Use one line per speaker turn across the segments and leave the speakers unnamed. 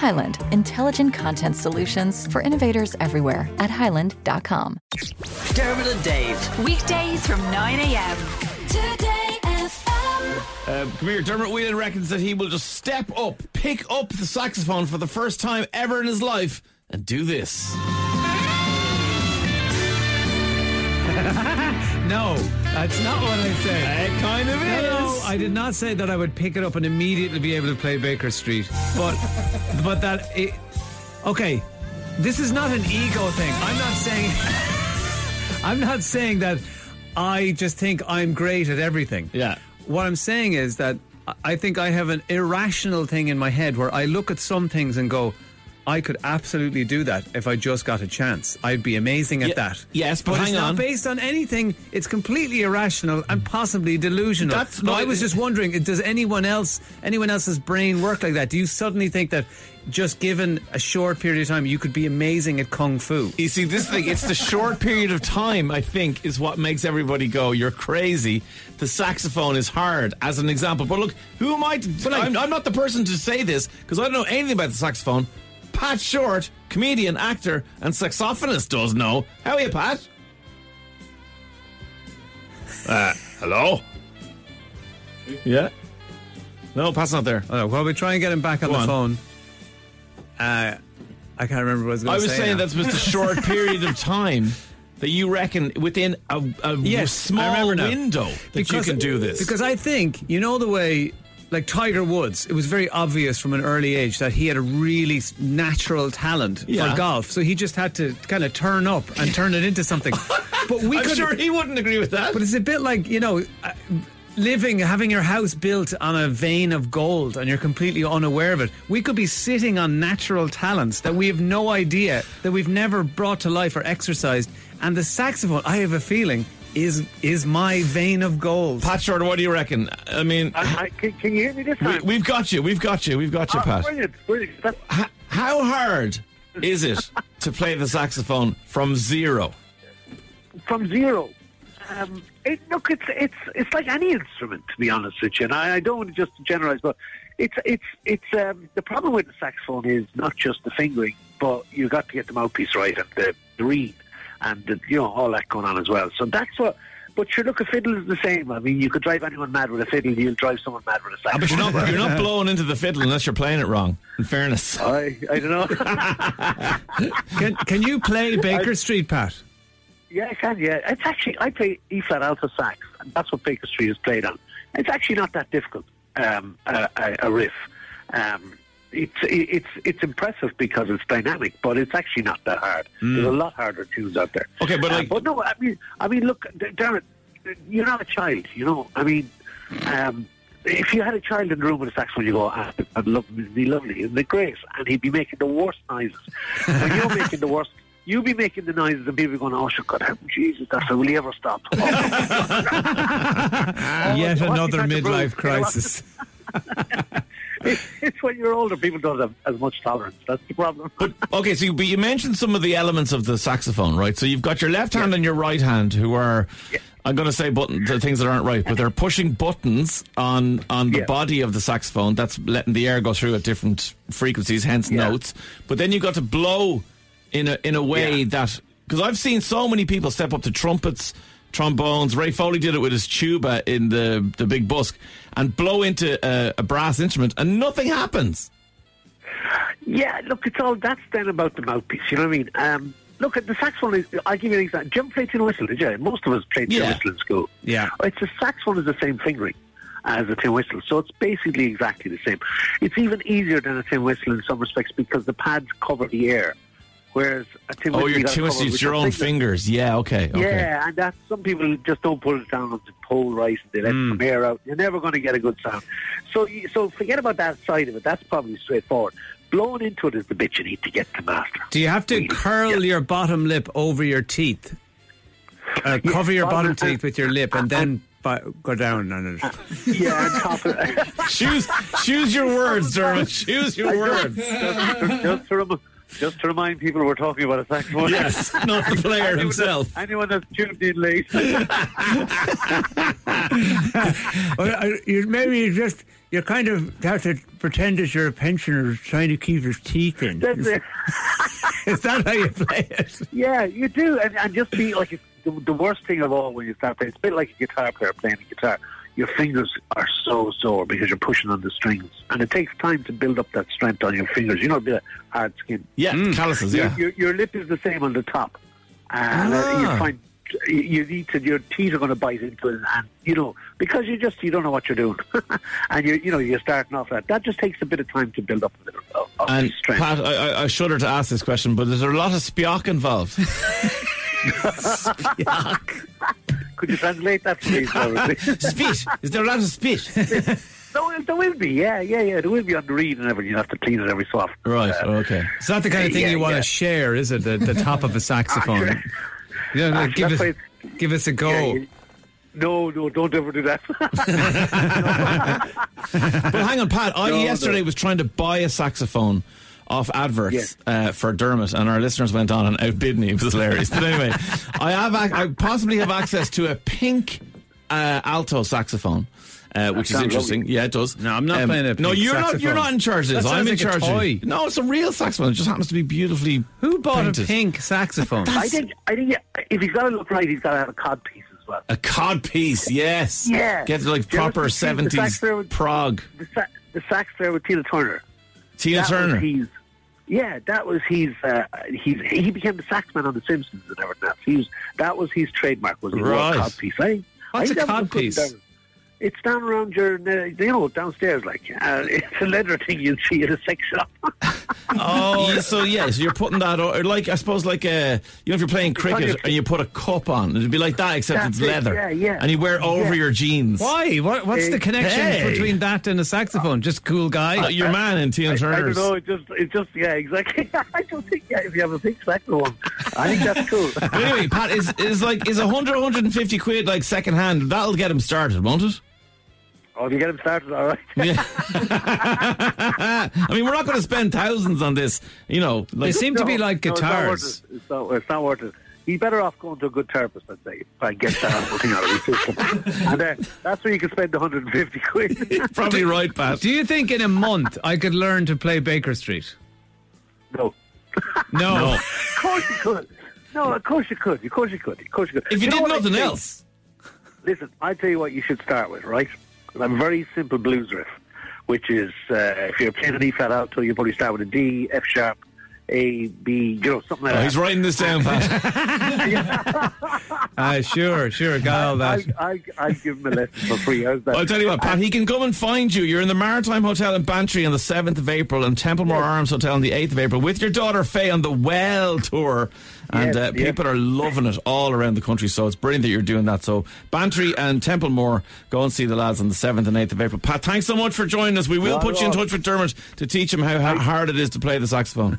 Highland, intelligent content solutions for innovators everywhere at highland.com.
Dermot and Dave.
Weekdays from 9 a.m. Today FM.
Uh, come here, Dermot Whelan reckons that he will just step up, pick up the saxophone for the first time ever in his life, and do this.
No, that's not what I said.
It kind of is.
No, I did not say that I would pick it up and immediately be able to play Baker Street. But, but that it. Okay, this is not an ego thing. I'm not saying. I'm not saying that I just think I'm great at everything.
Yeah.
What I'm saying is that I- I think I have an irrational thing in my head where I look at some things and go, I could absolutely do that if I just got a chance. I'd be amazing at
Ye-
that.
yes, but
it's
hang
not
on.
based on anything. It's completely irrational and possibly delusional.
That's-
But
no,
I was
it-
just wondering, does anyone else, anyone else's brain work like that? Do you suddenly think that just given a short period of time, you could be amazing at kung fu?
You see, this thing, it's the short period of time, I think, is what makes everybody go, you're crazy. The saxophone is hard, as an example. But look, who am I? To, I'm, I'm not the person to say this because I don't know anything about the saxophone. Pat Short, comedian, actor, and saxophonist, does know. How are you, Pat? Uh, hello? Yeah? No, Pat's not there.
Oh, well, we try and get him back on
Go
the
on.
phone. Uh, I can't remember what I was
I
going to
was
say.
saying
now.
that was the short period of time that you reckon within a, a
Yes, I
small
remember now.
window that you can do this.
Because I think, you know, the way, like Tiger Woods, it was very obvious from an early age that he had a really s- natural talent
Yeah.
for golf. So he just had to kind of turn up and turn it into something. But we
I'm
could.
sure he wouldn't agree with that.
But it's a bit like, you know. uh, Living, having your house built on a vein of gold and you're completely unaware of it. We could be sitting on natural talents that we have no idea, that we've never brought to life or exercised. And the saxophone, I have a feeling, is is my vein of gold.
Pat Short, what do you reckon? I mean,
I, I, can, can you hear me this time?
we, have got you, we've got you, we've got you,
Ah,
Pat.
brilliant, brilliant. That's-
H- how hard is it to play the saxophone from zero?
from zero. Um, it, look, it's it's it's like any instrument, to be honest with you. And I, I don't want to just generalize, but it's it's it's um, the problem with the saxophone is not just the fingering, but you got to get the mouthpiece right and the, the reed and the, you know all that going on as well. So that's what. But sure, look, a fiddle is the same. I mean, you could drive anyone mad with a fiddle. You'll drive someone mad with a
Ah,
saxophone.
But you're not, you're not blowing into the fiddle unless you're playing it wrong, in fairness.
I I don't know.
Can, can you play Baker Street, Pat?
Yeah, I can. Yeah, it's actually I play E flat alto sax, and that's what Baker Street is played on. It's actually not that difficult um, a, a, a riff. Um, it's it's it's impressive because it's dynamic, but it's actually not that hard. There's a lot harder tunes out there.
Hmm. Okay, but
Uh,
like-
but no, I mean, I mean, look, D- Darren, you're not a child, you know. I mean, um, if you had a child in the room with a saxophone, you go, ah, I'd love, it'd be lovely, isn't it great? And he'd be making the worst noises. When you're making the worst, you'd be making the noises, and people are going, oh, sure, God, how- Jesus, that's will he ever stop?
Yet
what
another
you had to prove,
midlife
you know what?
crisis.
it's when you're older, people don't have as much tolerance. That's the problem.
But okay, so you, but you mentioned some of the elements of the saxophone, right? So you've got your left hand and your right hand, who are I'm going to say button the things that aren't right, but they're pushing buttons on on the
Yeah.
body of the saxophone. That's letting the air go through at different frequencies, hence
Yeah.
notes. But then you've got to blow in a in a way
Yeah.
that because I've seen so many people step up to trumpets. Trombones. Ray Foley did it with his tuba in the the big busk, and blow into a, a brass instrument, and nothing happens.
Yeah, look, it's all that's then about the mouthpiece. You know what I mean? Um, look, the saxophone is. I'll give you an example. Jim played tin whistle, did you? Most of us played tin
Yeah.
whistle in school.
Yeah.
It's a saxophone is the same fingering as a tin whistle, so it's basically exactly the same. It's even easier than a tin whistle in some respects because the pads cover the air, whereas a tin whistle.
Oh, you're
you gotta
too
cover
it's
with
your own
finger.
fingers. Yeah, okay, okay.
Yeah, and that some people just don't pull it down on the pole right and they let
Hmm.
some air out. You're never going to get a good sound. So, you, so forget about that side of it. That's probably straightforward. Blowing into it is the bit you need to get to master.
Do you have to
Really.
curl
Yeah.
your bottom lip over your teeth Uh, cover your
Yeah,
bottom
and-
teeth with your lip and then bi- go down on it.
Yeah, and top it.
Choose choose your words, Dermot. Choose your words.
just, just to rem- just to remind people, we're talking about a saxophone.
Yes, not the player
Anyone
himself.
that- Anyone that's tuned in late.
Well, I, you, maybe you just you kind of have to pretend that you're a pensioner trying to keep his teeth in.
that's it.
Is that how you play it?
Yeah, you do, and, and just be like the, the worst thing of all when you start playing. It's a bit like a guitar player playing a guitar. Your fingers are so sore because you're pushing on the strings, and it takes time to build up that strength on your fingers. You know, a bit of hard skin.
Yeah, calluses. Yeah.
Your, your, your lip is the same on the top, and uh,
Ah.
you find you- you need to. Your teeth are going to bite into it, and you know because you just you don't know what you're doing, and you you know you're starting off that. That just takes a bit of time to build up a bit of, of- of
And
strength.
Pat, I, I- I shudder to ask this question, but is there a lot of spiock involved?
Could you translate that, please? Dorothy?
spit. Is there a lot of spit?
No, there will be, yeah, yeah, yeah. There will be on the read and everything. You have to clean it every so often.
Right. Okay.
It's not the kind of thing
Yeah,
you want
yeah.
to share, is it? The, the top of a saxophone. Yeah,
Ah,
no,
Actually,
give,
that's
us,
why
give us a go.
Oh.
Yeah, you- no, no, don't ever do that.
But hang on, Pat. I
No,
yesterday
no.
was trying to buy a saxophone off adverts
Yes.
uh, for Dermot, and our listeners went on and outbid me. It was hilarious. but anyway, I have ac- I possibly have access to a pink uh, alto saxophone. Uh, which is
sounds
interesting. Yeah, it does. Um,
No, I'm not playing a
No,
pink
you're not. You're
saxophone.
not in charge of this.
That
I'm
sounds
in
like a
charge. of it.
toy.
No, it's a real saxophone. It just happens to be beautifully.
Who bought
printed.
a pink saxophone?
I think, I think, yeah, if he's got to look right, he's got to have a cod piece as well.
A cod piece, yes.
Yeah.
Get like
Do you ever
proper
see the
seventies
saxophone with-
Prague.
The, sa- the sax player with Tina Turner.
Tina
that
Turner.
Was his, yeah, that was his. Uh, he's he became the saxman on The Simpsons and everything else. He was, that was his trademark. Was he wore
Right.
a codpiece? I,
What's
I
a
think that was good
codpiece?
down- It's down around your, ne- you know, downstairs. Like uh, it's a leather thing you'd see in a sex shop.
Oh, yeah, so yeah, so you're putting that, o- or like I suppose, like a you know, if you're playing cricket
your-
and you put a cup on, it'd be like that, except
That's
it's
it,
leather.
yeah, yeah.
And you wear it over
Yeah.
your jeans.
Why? What, what's the connection
Hey.
between that and a saxophone? Just cool guy.
Uh, Your man in Tina
I
Turner's.
don't know. It just, it just, yeah, exactly. I don't think yeah, if you have a big sack one, I think that's cool.
But anyway, Pat is is like is 100, 150 quid like second hand. That'll get him started, won't it?
oh, if you get him started, all right.
Yeah. I mean, we're not going to spend thousands on this, you know.
they
Like,
seem to be
No,
like
no, it's not
guitars.
worth it. It's not, it's not worth it. He's better off going to a good therapist, I'd say, if I get that whole thing out of his system. And uh, that's where you can spend 150 quid.
probably right, Pat.
Do you think in a month I could learn to play Baker Street?
no.
No.
Of course you could. No, of course you could. Of course you could. Of course you could.
If you,
know
did
what I
nothing
think?
else,
Listen, I tell you what you should start with, right? A very simple blues riff, which is uh, if you're playing an E flat alto, you probably start with a D, F sharp, A, B, you know, something like
oh,
that.
he's writing this down, Pat.
Ah, sure, sure, got all that.
I, I, I give him a lesson for free. How's that?
I'll tell you what, Pat, he can come and find you. You're in the Maritime Hotel in Bantry on the 7th of April and Templemore Arms Hotel on the 8th of April with your daughter Faye on the Well Tour. And
Yes,
uh,
yes.
people are loving it all around the country, so it's brilliant that you're doing that. So, Bantry and Templemore, go and see the lads on the 7th and 8th of April. Pat, thanks so much for joining us. We will
Not
put
at
you in
all.
touch with Dermot to teach him how, how hard it is to play the saxophone.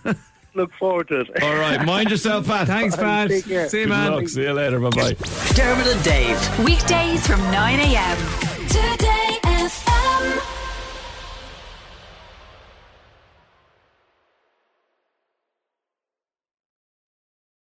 Look forward to it.
all right, mind yourself, Pat.
Thanks, Pat.
Take care.
See you,
Good
man.
luck. See you later. Bye bye.
Dermot and Dave.
Weekdays from 9 a.m. Today